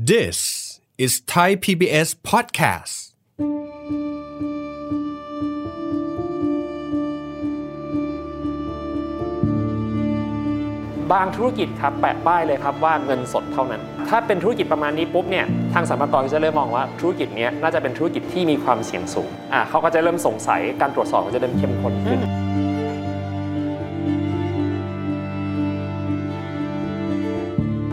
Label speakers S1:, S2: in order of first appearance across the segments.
S1: This is Thai PBS podcast.
S2: บางธุรกิจครับแปะป้ายเลยครับว่าเงินสดเท่านั้น ถ้าเป็นธุรกิจประมาณนี้ปุ๊บเนี่ยทางสรรพากรก็จะเริ่มมองว่าธุรกิจเนี้ยน่าจะเป็นธุรกิจที่มีความเสี่ยงสูงอ่ะเขาก็จะเริ่มสงสัยการตรวจสอบก็จะเริ่มเข้มข้นขึ้น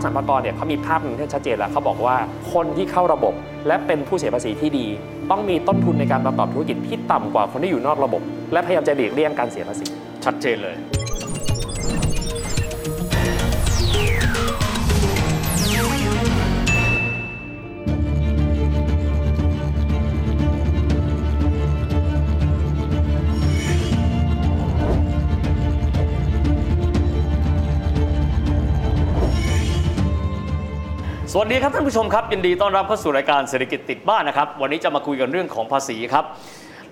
S2: สรรพากรเนี่ยเขามีภาพหนึ่งที่ชัดเจนแล้วเขาบอกว่าคนที่เข้าระบบ และเป็นผู้เสียภาษีที่ดี ต้องมีต้นทุนในการประกอบธุรกิจที่ต่ำกว่าคนที่อยู่นอกระบบ และพยายามจะหลีกเลี่ยงการเสียภาษี ชัดเจนเลย
S3: สวัสดีครับท่านผู้ชมครับยินดีต้อนรับเข้าสู่รายการเศรษฐกิจติดบ้านนะครับ วันนี้จะมาคุยกันเรื่องของภาษีครับ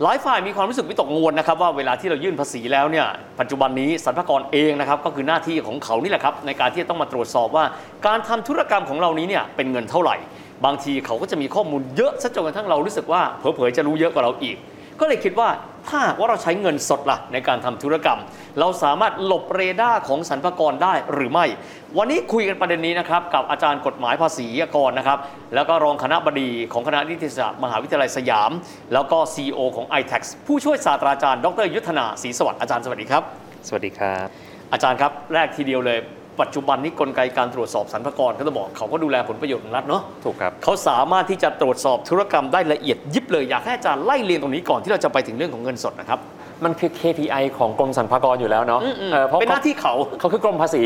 S3: หลายฝ่ายมีความรู้สึกวิตกกังวลนะครับว่าเวลาที่เรายื่นภาษีแล้วเนี่ยปัจจุบันนี้สรรพากรเองนะครับก็คือหน้าที่ของเขานี่แหละครับในการที่จะต้องมาตรวจสอบว่า การทำธุรกรรมของเรานี้เนี่ยเป็นเงินเท่าไหร่ บางทีเขาก็จะมีข้อมูลเยอะซะจนกระทั่งเรารู้สึกว่าเผลอๆจะรู้เยอะกว่าเราอีก ก็เลยคิดว่าถ้าหากว่าเราใช้เงินสดล่ะในการทำธุรกรรม เราสามารถหลบเรดาร์ของสรรพากรได้หรือไม่ วันนี้คุยกันประเด็นนี้นะครับกับอาจารย์กฎหมายภาษีกรนะครับ แล้วก็รองคณะบดีของคณะนิติศาสตร์มหาวิทยาลัยสยาม แล้วก็ CEO ของ i t a x ผู้ช่วยศาสตราจารย์ ดรยุทธนาศรีสวัสดิ์อาจารย์สวัสดีครับ
S2: สวัสดีครับ
S3: อาจารย์ครับ แรกทีเดียวเลย ปัจจุบันนี้กลไกการตรวจสอบสรรพากรก็ต้องบอกเขาก็ดูแลผลประโยชน์ของรัฐเนาะ
S2: ถูกครับ
S3: เขาสามารถที่จะตรวจสอบธุรกรรมได้ละเอียดยิบเลยอยากให้อาจารย์ไล่เรียงตรงนี้ก่อนที่เราจะไปถึงเรื่องของเงินสดนะครับ
S2: มันคือ KPI ของกรมสรรพากรอยู่แล้วเนาะเออเพราะ
S3: เป็นหน้าที่เขา
S2: เขาคือกรมภา ษี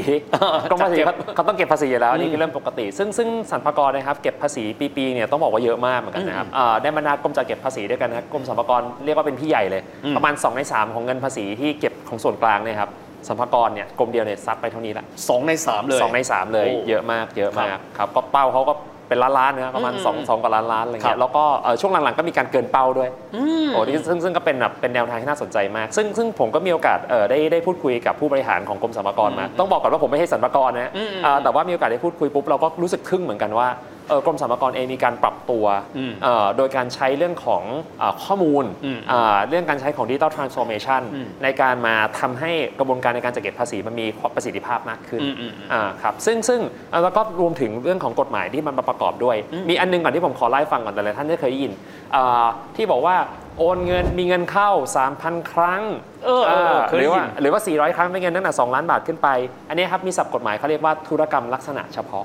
S2: กรมภาษี
S3: จัดเก็บ
S2: เขาเขาต้องเก็บภาษีอยู่แล้วอันนี่
S3: อืม
S2: คือเรื่องปกติ ซึ่งซึ่งสรรพากรนะครับเก็บภาษีปีๆเนี่ยต้องบอกว่าเยอะมากเหมือนกันนะครับอ่าได้บรรดากรมจัดเก็บภาษีด้วยกันนะครับกรมสรรพากรเรียกว่าเป็นพี่ใหญ่เลย
S3: อืม
S2: ประมาณ 2 ใน 3 ของเงินภาษีที่เก็บของส่วนกลางเนี่ยครับสรรพากรเนี่ยกรมเดียวเนี่ยซัดไปเท่านี้ละ
S3: สองในสามเลย
S2: สองในสามเลย
S3: โอ้
S2: เยอะมากเยอะมา
S3: ครั
S2: ก
S3: บ
S2: ครับก็เป้าเขาก็เป็นล้านๆนะครับประมาณ
S3: อืม
S2: สองสองกว่าล้านล้านอะไร
S3: ครั
S2: เงี้ย
S3: บ
S2: แล้วก็เอ่อช่วงหลังๆก็มีการเกินเป้าด้วย
S3: อืม
S2: โอ้นี่ซึ่งซึ่งก็เป็นแบบเป็นแนวทางที่น่าสนใจมาก ซึ่งซึ่งผมก็มีโอกาสเอ่อได้ได้พูดคุยกับผู้บริหารของกรมสรรพากรมา ต้องบอกก่อนว่าผมไม่ใช่สรรพากรนะ
S3: อืม
S2: อ่าแต่ว่ามีโอกาสได้พูดคุยปุ๊บเราก็รู้สึกทึ่งเหมือนกันว่าเอ่อกรมสรรพากรเองมีการปรับตัว
S3: อืม
S2: เอ่อโดยการใช้เรื่องของอ่าข้อมูล
S3: อืม
S2: อ่าเรื่องการใช้ของดิจิ t a ลทรานส์โอมชัน
S3: อืม
S2: ในการมาทำให้กระบวนการในการจัดเก็บภาษีมันมีประสิทธิภาพมากขึ้น
S3: อืมอืมอืม
S2: อ่าครับซึ่งซึ่งแล้วก็รวมถึงเรื่องของกฎหมายที่มันมาประกอบด้วย มีอันนึงก่อนที่ผมขอไล่าให้ฟังก่อนแต่หลายท่านได้เคยได้ยินอ่าที่บอกว่าโอนเงินมีเงินเข้า 3,000 ครั้ง
S3: เออเออเออเคย
S2: ห
S3: ได้
S2: รือ
S3: ยิ
S2: ว่าน หรือว่า 400 ครั้งเป็นเงินตั้งแต่2ล้านบาทขึ้นไป อันนี้ครับมีศัพท์กฎหมายเขาเรียกว่าธุรกรรมลักษณะเฉพาะ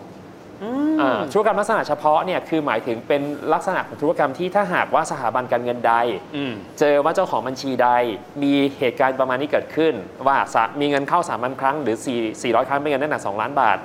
S2: อ่าธุรกรรมลักษณะเฉพาะเนี่ยคือหมายถึงเป็นลักษณะของธุรกรรมที่ถ้าหากว่าสถาบันการเงินใด
S3: อืม
S2: เจอว่าเจ้าของบัญชีใดมีเหตุการณ์ประมาณนี้เกิดขึ้น ว่าสะมีเงินเข้า3ามพันครั้งหรือ 4 400 ครั้งเป็นเงินตั้งแต่2ล้านบาท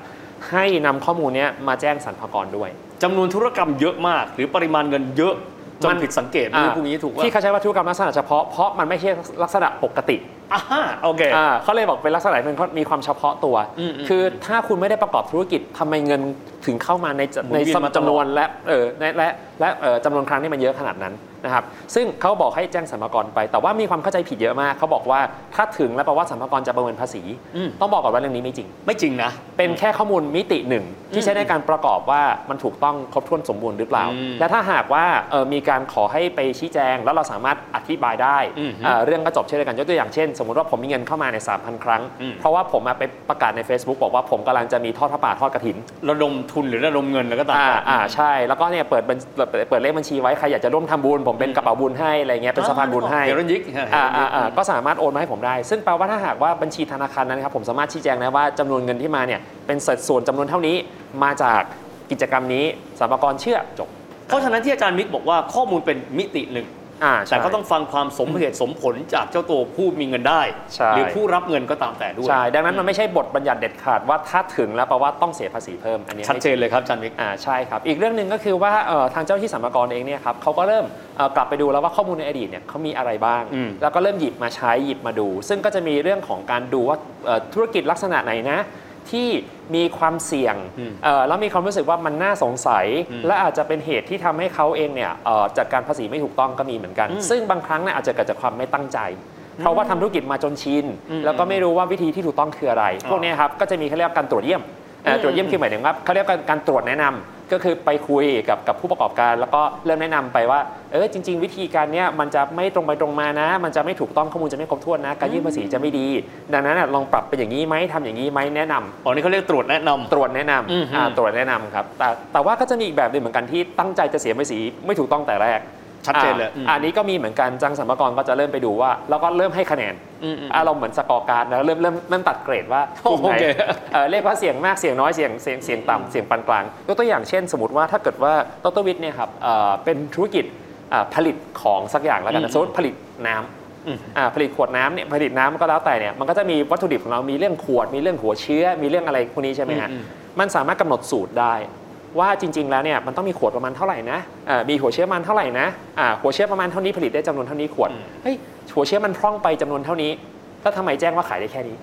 S2: ให้นำข้อมูลเนี้ยมาแจ้งสรรพากรด้วย
S3: จำนวนธุรกรรมเยอะมาก หรือปริมาณเงินเยอะจน
S2: มัน
S3: ผิดสังเกตไม่รู้พวกนี้ถูกว่า
S2: ที่เขาใช้ว่าธุรกรรมลักษณะเฉพาะเพราะมันไม่ใช่ลักษณะปกติ
S3: อ่าฮะโอเค
S2: อ่าเขาเลยบอกเป็นลักษณะเป็นมีความเฉพาะตัว
S3: อืมอืม
S2: คือถ้าคุณไม่ได้ประกอบธุรกิจทำไมเงินถึงเข้ามาในจะ
S3: หมุ
S2: ใน
S3: นเวียนมาตลอด
S2: จำนวนและเออและและและเออจำนวนครั้งที่มันเยอะขนาดนั้นนะครับ ซึ่งเขาบอกให้แจ้งสรรพากรไป แต่ว่ามีความเข้าใจผิดเยอะมาก เขาบอกว่าถ้าถึงแล้วแปลว่าสรรพากรจะประเมินภาษี
S3: อืม
S2: ต้องบอกก่อนว่าเรื่องนี้ไม่จริง
S3: ไม่จริงนะ
S2: เป็นแค่ข้อมูลมิติหนึ่งที่ใช้ในการประกอบว่ามันถูกต้องครบถ้วนสมบูรณ์หรือเปล่า
S3: อืม
S2: และถ้าหากว่าเอ่อมีการขอให้ไปชี้แจง แล้วเราสามารถอธิบายได้
S3: อืม
S2: เอ่อเรื่องก็จบเช่นเดียวกันยกตัวอย่างเช่น สมมติว่าผมมีเงินเข้ามาใน 3,000 ครั้ง
S3: อืม
S2: เพราะว่าผมมาไปประกาศใน Facebook บอกว่าผมกำลังจะมีทอดพระป่าทอดกระถิน
S3: ระดมทุนหรือระดมเงินแล้วก็ตาม
S2: อ่า
S3: แต่
S2: อ่าใช่แล้วก็เนี่ยเปิดบัญเปิดเปิดเลขบัญชีไว้ใครอยากจะร่วมทำบุญผมเป็นกระเป๋าบุญให้อะไรเงี้ยเป็นสะพานบุญให้
S3: เฮโรยิก
S2: อ่าอ่าอ่าก็สามารถโอนมาให้ผมได้ ซึ่งแปลว่าถ้าหากว่าบัญชีธนาคารนั้นนะครับผมสามารถชี้แจงได้ว่าจำนวนเงินที่มาเนี่ยเป็นสัดส่วนจำนวนเท่านี้มาจากกิจกรรมนี้สรรพากรเชื่อจบ
S3: เพราะฉะนั้นที่อาจารย์มิกบอกว่าข้อมูลเป็นมิติหนึ่ง
S2: อ่าใช่
S3: แต่ก็ต้องฟังความสมเหตุสมผลจากเจ้าตัวผู้มีเงินได้
S2: ใช่
S3: หรือผู้รับเงินก็ตามแต่ด้วย
S2: ใช่ดังนั้นมันไม่ใช่บทบัญญัติเด็ดขาดว่าถ้าถึงแล้วแปลว่าต้องเสียภาษีเพิ่มอันนี้
S3: ชัด
S2: ไม่
S3: เจนเลยครับอาจารย์มิก
S2: อ่าใช่ครับ อีกเรื่องหนึ่งก็คือว่าเอ่อทางเจ้าที่สรรพากรเองเนี่ยครับเขาก็เริ่มเอ่อกลับไปดูแล้วว่าข้อมูลในอดีตเนี่ยเขามีอะไรบ้าง
S3: อืม
S2: แล้วก็เริ่มหยิบมาใช้หยิบมาดู ซึ่งก็จะมีเรื่องของการดูว่าเอ่อธุรกิจลักษณะไหนนะที่มีความเสี่ยง
S3: อืม
S2: เอ่อแล้วมีความรู้สึกว่ามันน่าสงสัย และอาจจะเป็นเหตุที่ทำให้เขาเองเนี่ยเอ่อจัดการภาษีไม่ถูกต้องก็มีเหมือนกัน ซึ่งบางครั้งเนี่ยอาจจะเกิดจากความไม่ตั้งใจ เพราะว่าทำธุรกิจมาจนชิน
S3: อืม
S2: แล้วก็ไม่รู้ว่าวิธีที่ถูกต้องคืออะไร พวกเนี้ยครับก็จะมีเขาเรียกว่าการตรวจเยี่ยมเอ่อตรวจเยี่ยมคือหมายถึงว่าเขาเรียกว่าการตรวจแนะนำ ก็คือไปคุยกับกับผู้ประกอบการ แล้วก็เริ่มแนะนำไปว่าเออจริง ๆ วิธีการเนี้ยมันจะไม่ตรงไปตรงมานะ มันจะไม่ถูกต้องข้อมูลจะไม่ครบถ้วนนะ การยื่นภาษีจะไม่ดี ดังนั้นอะลองปรับเป็นอย่างนี้ไหมทำอย่างนี้ไหมแนะนำ
S3: อ๋อนี่เขาเรียกตรวจแนะนำ
S2: ตรวจแนะน
S3: อืม
S2: ำอ่าตรวจแนะนำครับ แต่แต่ว่าก็จะมีอีกแบบหนึ่งเหมือนกันที่ตั้งใจจะเสียภาษีไม่ถูกต้องแต่แรก
S3: ชัดเจนเลย
S2: อ่า
S3: อืม
S2: อันนี้ก็มีเหมือนกันจังสรรพากรก็จะเริ่มไปดูว่า แล้วก็เริ่มให้คะแนน
S3: อืมอืม
S2: อารมณ์เหมือนสกอร์การ์ดนะเริ่มเริ่มเริ่มตัดเกรดว่ากลุ่มไหน
S3: โอเค
S2: เอ่อเรียกว่าเสียงมากเสียงน้อยเสียงเสียงเสียงต่ำเสียงปานกลางยกตัวอย่างเช่น สมมติว่าถ้าเกิดว่าดรวิทย์เนี่ยครับเอ่อเป็นธุรกิจอ่าผลิตของสักอย่างแล้วกันนะสมมติผลิตน้ำ อ่าผลิตขวดน้ำเนี่ยผลิตน้ำก็แล้วแต่เนี่ยมันก็จะมีวัตถุดิบของเรามีเรื่องขวดมีเรื่องหัวเชื้อ มีเรื่องอะไรพวกนี้ใช่ไหมฮะ
S3: อืม
S2: มันสามารถกำหนดสูตรได้ ว่าจริง ๆ แล้วเนี่ยมันต้องมีขวดประมาณเท่าไหร่นะอ่ามีหัวเชื้อมันเท่าไหร่นะอ่าหัวเชื้อประมาณเท่านี้ผลิตได้จำนวนเท่านี้ขวดเฮ้ยหัวเชื้อมันพร่องไปจำนวนเท่านี้แล้วทำไมแจ้งว่าขายได้แค่นี้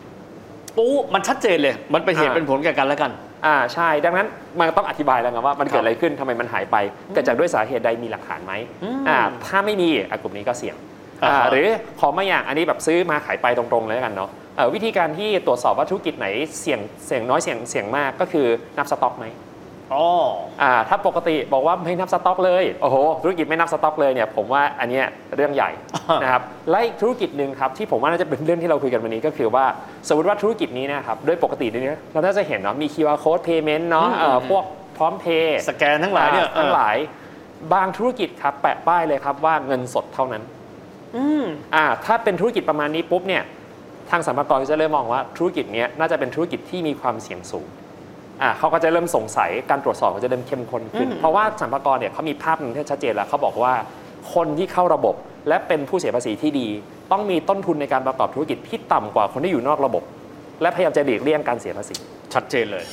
S3: ปูมันชัดเจนเลย มันเป็นเหตุ
S2: อ่า
S3: เป็นผลแก่กันและกัน
S2: อ่าใช่ดังนั้นมันต้องอธิบายแล้วไงว่ามัน
S3: ครั
S2: เกิด
S3: บ
S2: อะไรขึ้นทำไมมันหายไปเกิดจากด้วยสาเหตุใดมีหลักฐานไหม
S3: อืม
S2: อ่าถ้าไม่มีอ่ะกลุ่มนี้ก็เสี่ยง
S3: อ่า
S2: อ่า
S3: ฮะ
S2: หรือของบางอย่างอันนี้แบบซื้อมาขายไปตรงๆเลยแล้วกันเนาะเอ่อวิธีการที่ตรวจสอบว่าธุรกิจไหนเสี่ยงเสี่ยงน้อยเสี่ยงเสี่ยงมากก็คือนับสต็อกไหม
S3: อ๋อ
S2: อ่าถ้าปกติบอกว่าไม่นับสต็อกเลยโอ้โหธุรกิจไม่นับสต็อกเลยเนี่ยผมว่าอันเนี้ยเรื่องใหญ่ นะครับและอีกธุรกิจหนึ่งครับที่ผมว่าน่าจะเป็นเรื่องที่เราคุยกันวันนี้ก็คือว่าสมมติว่าธุรกิจนี้เนะครับโดยปกติเนี่ยเราน่าจะเห็นเนาะมี QR code payment เนาะเอ่อ
S3: อืม
S2: พวกพร้อมเพย์
S3: สแกนทั้งหลายเนี่ย
S2: ทั้งหลาย บางธุรกิจครับแปะป้ายเลยครับว่าเงินสดเท่านั้น
S3: อืม
S2: อ่าถ้าเป็นธุรกิจประมาณนี้ปุ๊บเนี่ยทางสรรพากรก็จะเริ่มมองว่าธุรกิจเนี้ยน่าจะเป็นธุรกิจที่มีความเสี่ยงสูงอ่าเขาก็จะเริ่มสงสัยการตรวจสอบก็จะเริ่มเข้มข้นขึ้น
S3: อืม
S2: เพราะว่าสรรพากรเนี่ยเขามีภาพหนึ่งที่ชัดเจนแล้วเขาบอกว่าคนที่เข้าระบบและเป็นผู้เสียภาษีที่ดี ต้องมีต้นทุนในการประกอบธุรกิจที่ต่ำกว่าคนที่อยู่นอกระบบ และพยายามจะหลีกเลี่ยงการเสียภาษี
S3: ชัดเจนเลย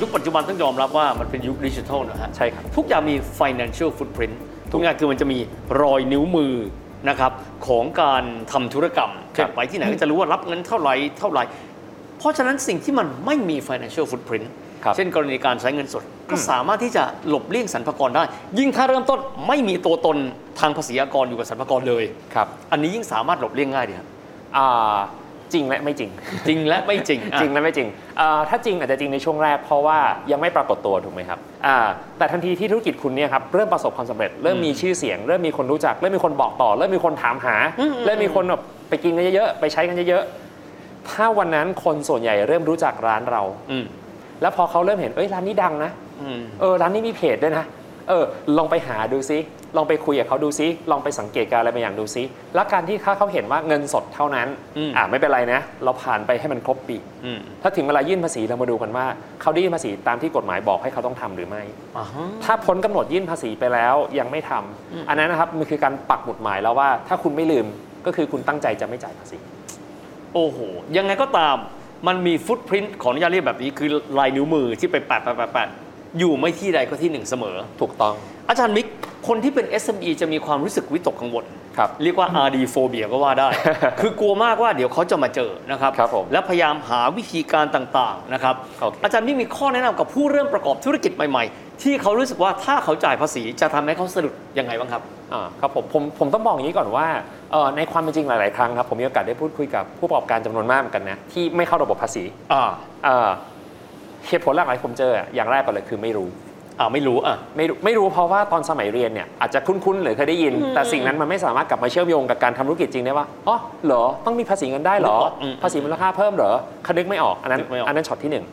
S3: ยุคปัจจุบันต้องยอมรับว่ามันเป็นยุคดิจิทัลนะฮะ
S2: ใช่ครับ
S3: ทุกอย่างมี financial footprint ทุกอย่างคือมันจะมีรอยนิ้วมือนะครับของการทำธุรกรรม
S2: ครับ
S3: เช่นไปที่ไหนก็จะรู้ว่ารับเงินเท่าไหร่เท่าไหร่ เพราะฉะนั้นสิ่งที่มันไม่มี financial footprint
S2: ครับ
S3: เช่นกรณีการใช้เงินสด ก็สามารถที่จะหลบเลี่ยงสรรพากรได้ ยิ่งถ้าเริ่มต้นไม่มีตัวตนทางภาษีอากรอยู่กับสรรพากรเลย
S2: ครับ
S3: อันนี้ยิ่งสามารถหลบเลี่ยงง่ายดีครับ
S2: อ่าจริงและไม่จริง
S3: จริงและ ไม่จริงอ่ะ
S2: จริงและไม่จริงอ่าถ้าจริงอาจจะจริงในช่วงแรกเพราะว่ายังไม่ปรากฏตัวถูกไหมครับอ่าแต่ทันทีที่ธุรกิจคุณเนี่ยครับเริ่มประสบความสำเร็จ เริ่มมีชื่อเสียง เริ่มมีคนรู้จัก เริ่มมีคนบอกต่อ เริ่มมีคนถามหา
S3: อืมอืม
S2: เริ่มมีคนแบบไปกินกันเยอะๆ ไปใช้กันเยอะๆ ถ้าวันนั้นคนส่วนใหญ่เริ่มรู้จักร้านเรา
S3: อืม
S2: แล้วพอเขาเริ่มเห็น เอ้ยร้านนี้ดังนะ
S3: อืม
S2: เออร้านนี้มีเพจด้วยนะ เออ ลองไปหาดูซิ ลองไปคุยกับเขาดูซิ ลองไปสังเกตการณ์อะไรบางอย่างดูซิ แล้วการที่ถ้าเขาเห็นว่าเงินสดเท่านั้น
S3: อืม
S2: ไม่เป็นไรนะ เราผ่านไปให้มันครบปี
S3: อืม
S2: ถ้าถึงเวลายื่นภาษีเรามาดูกันว่า เขาได้ยื่นภาษีตามที่กฎหมายบอกให้เขาต้องทำหรือไม่
S3: อ่าฮะ
S2: ถ้าพ้นกำหนดยื่นภาษีไปแล้วยังไม่ทำ
S3: อืม
S2: อันนั้นนะครับมันคือการปักหมุดหมายแล้วว่าถ้าคุณไม่ลืมก็คือคุณตั้งใจจะไม่จ่ายภาษี
S3: โอ้โห ยังไงก็ตามมันมีฟุตพริ้นขออนุญาตเรียกแบบนี้คือลายนิ้วมือที่ไปแปะแปะแปะแปะอยู่ไม่ที่ใดก็ที่หนึ่งเสมอ
S2: ถูกต้อง
S3: อาจารย์มิก คนที่เป็น SME จะมีความรู้สึกวิตกกังวล
S2: ครับ
S3: เรียกว่า RD phobia ก็ว่า ได้ คือกลัวมากว่าเดี๋ยวเขาจะมาเจอนะครับ
S2: ครับผม
S3: และพยายามหาวิธีการต่างๆนะครับ
S2: โอเค
S3: จารย์มิกมีข้อแนะนำกับผู้เริ่มประกอบธุรกิจใหม่ๆ ที่เขารู้สึกว่าถ้าเขาจ่ายภาษีจะทำให้เขาสะดุดยังไงบ้างครับ
S2: อ่าครับผมผมผมต้องบอกอย่างนี้ก่อนว่าเอ่อในความเป็นจริงหลาย ๆ ครั้งครับผมมีโอกาสได้พูดคุยกับผู้ประกอบการจำนวนมากเหมือนกันนะที่ไม่เข้าระบบภาษี
S3: อ่า
S2: เอ่อเหตุผลหลักๆที่ผมเจออ่ะอย่างแรกก่อนเลยคือไม่รู้
S3: อ่าไม่รู้อ่ะ
S2: ไม่รู้ไม่รู้เพราะว่าตอนสมัยเรียนเนี่ยอาจจะคุ้นๆหรือเคยได้ยิน แต่สิ่งนั้นมันไม่สามารถกลับมาเชื่อมโยงกับการทำธุรกิจจริงได้ว่าอ๋อเหรอต้องมีภาษีเงินได้เหรอ
S3: นึกออกอืม
S2: ภาษีมูลค่าเพิ่มเหรอคนึกไม่ออกอันนั้น
S3: นึกไม่ออก
S2: อันนั้นช็อตที่หนึ่ง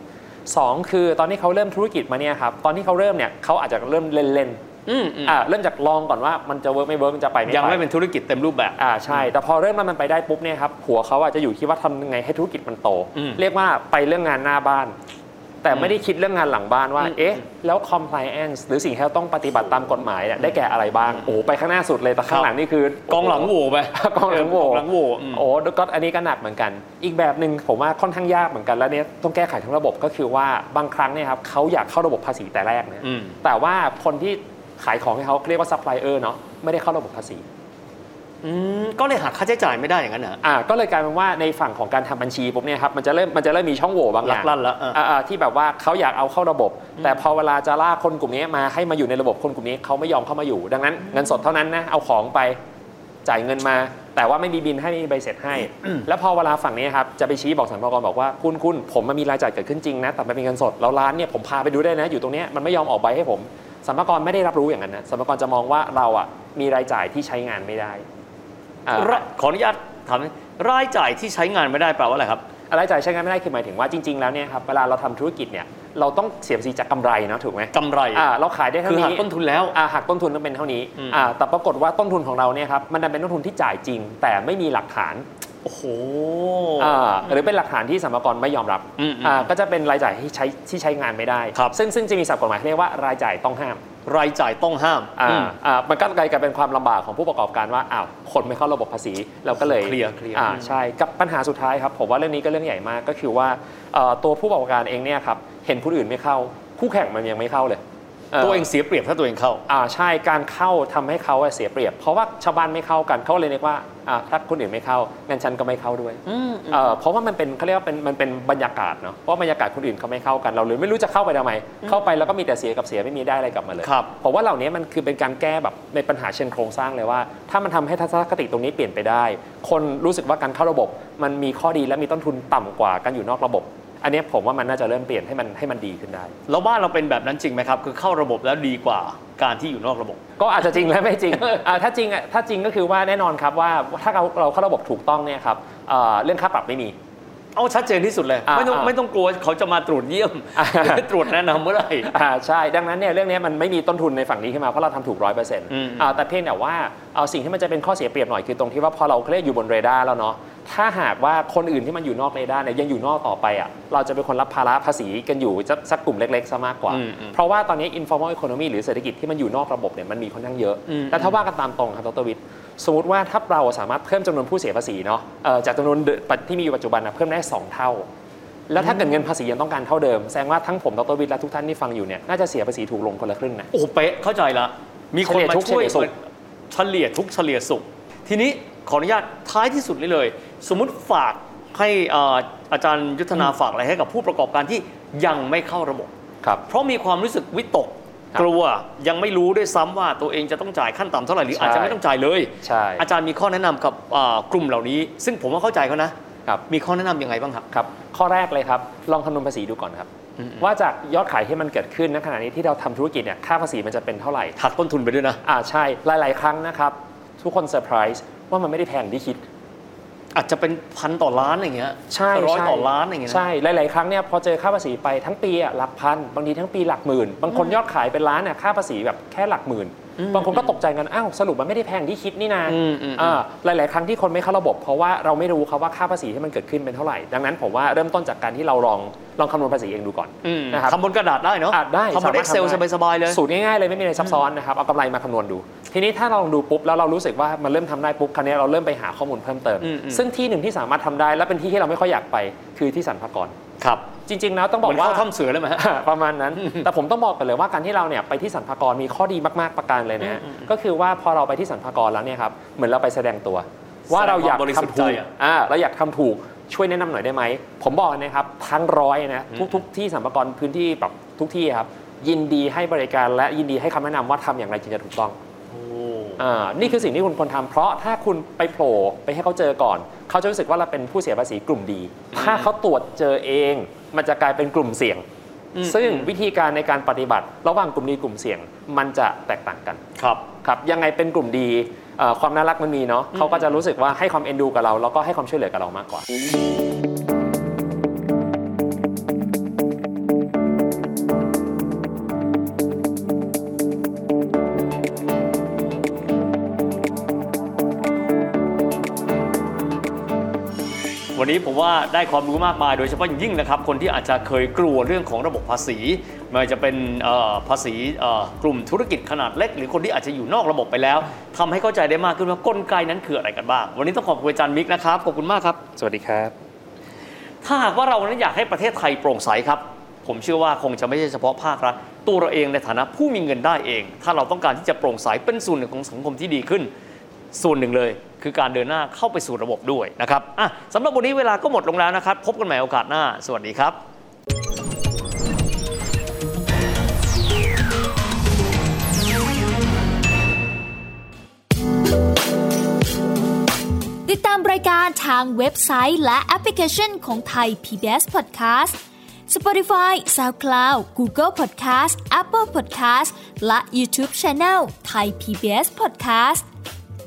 S2: สองคือตอนที่เขาเริ่มธุรกิจมาเนี่ยครับตอนที่เขาเริ่มเนี่ยเขาอาจจะเริ่มเล่น
S3: อืม
S2: ๆอ่าเริ่มจากลองก่อนว่ามันจะเวิร์กไม่เวิร์กจะไปไม่
S3: ยัง
S2: ไป
S3: ไม่เป็นธุรกิจเต็มรูปแบบ
S2: อ่าใช่ แต่พอเริ่มมันไปได้ปุ๊บเนี่ยครับหัวเขาอาจจะอยู่ที่ว่าทำยังไงให้ธุรกิจมันโต
S3: อืม
S2: เรียกว่าไปเรื่องงานหน้าบ้าน แต่ไม่ได้คิดเรื่องงานหลังบ้านว่า
S3: อืม
S2: เอ๊ะ แล้ว compliance หรือสิ่งที่เราต้องปฏิบัติตามกฎหมายเนี่ยได้แก่อะไรบ้าง โอ้โหไปข้างหน้าสุดเลย แต่ข้า
S3: ครั
S2: ง
S3: บ
S2: หลังนี่คือก
S3: องหลังโหวไป
S2: กองหลังโหว
S3: กองหลังโหวอืม
S2: โอ้ก็อันนี้ก็หนักเหมือนกัน อีกแบบหนึ่งผมว่าค่อนข้างยากเหมือนกัน แล้วเนี่ยต้องแก้ไขทั้งระบบก็คือว่าบางครั้งเนี่ยครับเขาอยากเข้าระบบภาษีแต่แรกนะ
S3: อืม
S2: แต่ว่าคนที่ขายของให้เขาเรียกว่าซัพพลายเออร์เนาะไม่ได้เข้าระบบภาษี
S3: อืมก็เลยหักค่าใช้จ่ายไม่ได้อย่างนั้นนะ
S2: อ่าก็เลยกลายเป็นว่าในฝั่งของการทำบัญชีปุ๊บเนี่ยครับมันจะเริ่มมันจะเริ่มมีช่องโหว่บางอย่าง
S3: ลักลั่นละเอออ่
S2: าอ่าที่แบบว่าเขาอยากเอาเข้าระบบ แต่พอเวลาจะลากคนกลุ่มนี้มาให้มาอยู่ในระบบคนกลุ่มนี้เขาไม่ยอมเข้ามาอยู่ ดังนั้นเงินสดเท่านั้นนะเอาของไปจ่ายเงินมา แต่ว่าไม่มีบินให้ไม่มีใบเสร็จให้ แล้วพอเวลาฝั่งนี้ครับจะไปชี้บอกสรรพากรบอกว่าคุณคุณผมมันมีรายจ่ายเกิดขึ้นจริงนะแต่มันเป็นเงินสดแล้วร้านเนี่ยผมพาไปดูได้นะ อยู่ตรงเนี้ยมันไม่ยอมออกใบให้ผมสรรพากรไม่ได้รับรู้อย่างนั้นนะสรรพากรจะมองว่าเราอ่ะมีรายจ่ายที่ใช้งานไม่ได้อ่า
S3: รขออนุญาตถามรายจ่ายที่ใช้งานไม่ได้แปลว่าอะไรครับ
S2: อะไรจ่ายใช้งานไม่ได้คือหมายถึงว่าจริง ๆ แล้วเนี่ยครับเวลาเราทำธุรกิจเนี่ยเราต้องเสียภาษีจากกำไรเนาะถูกไหม
S3: กำไร
S2: อ่าเราขายได้เท่า
S3: คือหัก
S2: นี้
S3: ต้นทุนแล้ว
S2: อ่าหักต้นทุนต้องเป็นเท่านี้
S3: อืม
S2: อ่าแต่ปรากฏว่าต้นทุนของเราเนี่ยครับมันดันเป็นต้นทุนที่จ่ายจริง แต่ไม่มีหลักฐาน
S3: โอ้โห
S2: อ่าหรือเป็นหลักฐานที่สรรพากรไม่ยอมรับ
S3: อืมอืม
S2: อ่าก็จะเป็นรายจ่ายที่ใช้ที่ใช้งานไม่ได้
S3: ครับ
S2: ซึ่งซึ่งจะมีศัพท์กฎหมายเรียกว่ารายจ่ายต้องห้าม
S3: รายจ่ายต้องห้าม
S2: อ่า
S3: อืม
S2: อ่ามันก็กลายเป็นความลำบากของผู้ประกอบการว่าอ้าวคนไม่เข้าระบบภาษีเราก็เลย
S3: เคลียร์เคลียร์
S2: อ่า ใช่ กับปัญหาสุดท้ายครับ ผมว่าเรื่องนี้ก็เรื่องใหญ่มากก็คือว่าเอ่อตัวผู้ประกอบการเองเนี่ยครับเห็นผู้อื่นไม่เข้า คู่แข่งมันยังไม่เข้าเลย
S3: ตัวเองเสียเปรียบถ้าตัวเองเข้า
S2: อ่าใช่การเข้าทำให้เขาอะเสียเปรียบ เพราะว่าชาวบ้านไม่เข้ากันเขาเลยเรียกว่าอ่าถ้าคนอื่นไม่เข้างั้นฉันก็ไม่เข้าด้วยเอ่อเพราะว่ามันเป็นเขาเรียกว่าเป็นมันเป็นบรรยากาศเนาะเพราะบรรยากาศคนอื่นเขาไม่เข้ากันเราเลยไม่รู้จะเข้าไปทำไม เข้าไปแล้วก็มีแต่เสียกับเสียไม่มีได้อะไรกลับมาเลย
S3: ครับ
S2: ผมว่าเหล่านี้มันคือเป็นการแก้แบบในปัญหาเชิงโครงสร้างเลยว่า ถ้ามันทำให้ทัศนคติตรงนี้เปลี่ยนไปได้ คนรู้สึกว่าการเข้าระบบ มันมีข้อดีและมีต้นทุนต่ำกว่าการอยู่นอกระบบ อันเนี้ยผมว่ามันน่าจะเริ่มเปลี่ยนให้มันให้มันดีขึ้นได้
S3: แล้วบ้านเราเป็นแบบนั้นจริงไหมครับ คือเข้าระบบแล้วดีกว่าการที่อยู่นอกระบบ
S2: ก็อาจจะจริงและไม่จริง อ่าถ้าจริงอ่ะถ้าจริงก็คือว่าแน่นอนครับว่าถ้าเราเราเข้าระบบถูกต้องเนี่ยครับเอ่อเรื่องค่าปรับไม่มี
S3: เอาชัดเจนที่สุดเลย
S2: อ่า
S3: ไม่ต้อง
S2: อ่า
S3: ไม่ต้องกลัวเขาจะมาตรวจเยี่ยม
S2: อ่า
S3: ตรวจแนะนำเมื่อไหร่
S2: อ่าใช่ ดังนั้นเนี่ยเรื่องเนี้ยมันไม่มีต้นทุนในฝั่งนี้ขึ้นมาเพราะเราทำถูกร้อยเปอร์เซ็นต์
S3: อืม
S2: อ่าแต่เพียงแต่ว่าเอาสิ่งที่มันจะเป็นข้อเสียเปรียบหน่อยคือตรงที่ว่าพอเราเครียกอยู่บนเรดาร์แล้วเนาะถ้าหากว่าคนอื่นที่มันอยู่นอกเรดาร์เนี่ยยังอยู่นอกต่อไปอ่ะเราจะเป็นคนรับภาระภาษีกันอยู่สักสักกลุ่มเล็กๆซะมากกว่า เพราะว่าตอนนี้ informal economy หรือเศรษฐกิจที่มันอยู่นอกระบบเนี่ยมันมีค่อนข้างเยอะ แต่ถ้าว่ากันตามตรงครับดรวิทย์สมมติว่าถ้าเราสามารถเพิ่มจำนวนผู้เสียภาษีเนาะเอ่อจากจำนวนเดิมที่มีอยู่ปัจจุบันนะเพิ่มได้สองเท่า แล้วถ้าเกิดเงินภาษียังต้องการเท่าเดิม แสดงว่าทั้งผมดรวิทย์และทุกท่านที่ฟังอยู่เนี่ยน่าจะเสียภาษีถูกลงคนละครึ่งนะ
S3: โอ้โหเป๊ะเข้าใจละ มีคน
S2: เฉ
S3: มา
S2: ลี่ยทุกข์
S3: ช่วย
S2: เฉลี่ยสุข
S3: เฉลี่ยทุกข์เฉลี่ยสุข ทีนี้ขออนุญาตท้ายที่สุดนี้เลย สมมุติฝากให้อ่าอาจารย์ยุทธนาฝากอะไรให้กับผู้ประกอบการที่ยังไม่เข้าระบบ
S2: ครับ
S3: เพราะมีความรู้สึกวิตก
S2: ครับ
S3: กลัวยังไม่รู้ด้วยซ้ำว่าตัวเองจะต้องจ่ายขั้นต่ำเท่าไหร่หรือ
S2: ใช่
S3: อาจจะไม่ต้องจ่ายเลย
S2: ใช่
S3: อาจารย์มีข้อแนะนำกับอ่ากลุ่มเหล่านี้ ซึ่งผมว่าเข้าใจเขานะ
S2: ครับ
S3: มีข้อแนะนำยังไงบ้างครับ
S2: ครับ ข้อแรกเลยครับ ลองคำนวณภาษีดูก่อนครับ ว่าจากยอดขายที่มันเกิดขึ้นณขณะนี้ที่เราทำธุรกิจเนี่ยค่าภาษีมันจะเป็นเท่าไหร่
S3: หักต้นทุนไปด้วยนะ
S2: อ่าใช่หลาย ๆ ครั้งนะครับทุกคนเซอร์ไพรส์ว่ามันไม่ได้แพงที่คิด
S3: อาจจะเป็นพันต่อล้านอะไรเงี้ย
S2: ใช่
S3: ร้อย
S2: ใช่
S3: ต่อล้านอะไรเงี้ยนะ
S2: ใช่ หลาย ๆ ครั้งเนี่ยพอเจอค่าภาษีไปทั้งปีอะหลักพัน บางทีทั้งปีหลักหมื่น บางคนยอดขายเป็นล้านเนี่ยค่าภาษีแบบแค่หลักหมื่น บางคนก็ตกใจกัน อ้าว สรุปมันไม่ได้แพงที่คิดนี่นา
S3: อืมอืมอืม
S2: อ่าหลาย ๆ ครั้งที่คนไม่เข้าระบบ เพราะว่าเราไม่รู้ครับว่าค่าภาษีที่มันเกิดขึ้นเป็นเท่าไหร่ ดังนั้นผมว่าเริ่มต้นจากการที่เราลองลองคำนวณภาษีเองดูก่อน
S3: อืม
S2: นะครับ
S3: ทำบนกระดาษได้เนาะ
S2: อ่ะได้
S3: ทำบน
S2: สามารถ
S3: Excel
S2: ทำได้
S3: สบายๆเลย
S2: สูตรง่ายๆเลยไม่มีอะไรซับซ้อนนะครับเอากำไรมาคำนวณดู ทีนี้ถ้าเราลองดูปุ๊บแล้วเรารู้สึกว่ามันเริ่มทำได้ปุ๊บคราวนี้เราเริ่มไปหาข้อมูลเพิ่มเติม
S3: อืมอืม
S2: ซึ่งที่หนึ่งที่สามารถทำได้และเป็นที่ที่เราไม่ค่อยอยากไปคือที่สรรพากร
S3: ครับ
S2: จริงๆแล้วต้อง
S3: บบ อ
S2: อกก
S3: ว่า
S2: ว่า
S3: ถ้ำเสือเลยไหมฮะ
S2: ประมาณนั้น แต่ผมต้องบอกกันเลยว่าการที่เราเนี่ยไปที่สรรพากรมีข้อดีมากๆประการเลยนะฮะก็คือว่าพอเราไปที่สรรพากรแล้วเนี่ยครับเหมือนเราไปแสดงตัว ว่าเราอยาก
S3: แสดงความบริสุทธิ์
S2: ทำถูก
S3: ใจอะ
S2: อ่าเราอยากทำถูกช่วยแนะนำหน่อยได้ไหม ผมบอกนะครับทั้งร้อยนะทุกๆที่สรรพากรพื้นที่แบบทุกที่ครับยินดีให้บริการและยินดีให้คำแนะนำว่าทำอย่างไรจึงจะถูกต้อง
S3: โอ้
S2: อ่านี่คือสิ่งที่คุณควรทำเพราะถ้าคุณไปโผล่ไปให้เขาเจอก่อน เขาจะรู้สึกว่าเราเป็นผู้เสียภาษีกลุ่มดี ถ้าเขาตรวจเจอเอง มันจะกลายเป็นกลุ่มเสี่ยง
S3: อืม
S2: ซึ่งวิธีการในการปฏิบัติ ระหว่างกลุ่มดีกลุ่มเสี่ยง มันจะแตกต่างกัน
S3: ครับ
S2: ครับยังไงเป็นกลุ่มดีเอ่อความน่ารักมันมีเนาะเขาก็จะรู้สึกว่าให้ความเอ็นดูกับเราแล้วก็ให้ความช่วยเหลือกับเรามากกว่า
S3: วันนี้ผมว่าได้ความรู้มากมายโดยเฉพาะอย่างยิ่งนะครับ คนที่อาจจะเคยกลัวเรื่องของระบบภาษีไม่ว่าจะเป็นเอ่อภาษีเอ่อกลุ่มธุรกิจขนาดเล็ก หรือคนที่อาจจะอยู่นอกระบบไปแล้วทำให้เข้าใจได้มากขึ้นว่ากลไกนั้นคืออะไรกันบ้าง วันนี้ต้องขอบคุณอาจารย์มิกนะครับ ขอบคุณมากครับ
S2: สวัสดีครับ
S3: ถ้าหากว่าเรานั้นอยากให้ประเทศไทยโปร่งใสครับ ผมเชื่อว่าคงจะไม่ใช่เฉพาะภาครัฐตัวเราเองในฐานะผู้มีเงินได้เอง ถ้าเราต้องการที่จะโปร่งใสเป็นส่วนหนึ่งของสังคมที่ดีขึ้น ส่วนหนึ่งเลย คือการเดินหน้าเข้าไปสู่ระบบด้วยนะครับอ่ะสำหรับวันนี้เวลาก็หมดลงแล้วนะครับ พบกันใหม่โอกาสหน้า สวัสดีครับ
S4: ติดตามรายการทางเว็บไซต์และแอปพลิเคชันของไทย PBS Podcast Spotify SoundCloud Google Podcast Apple Podcast และ YouTube Channel Thai PBS Podcast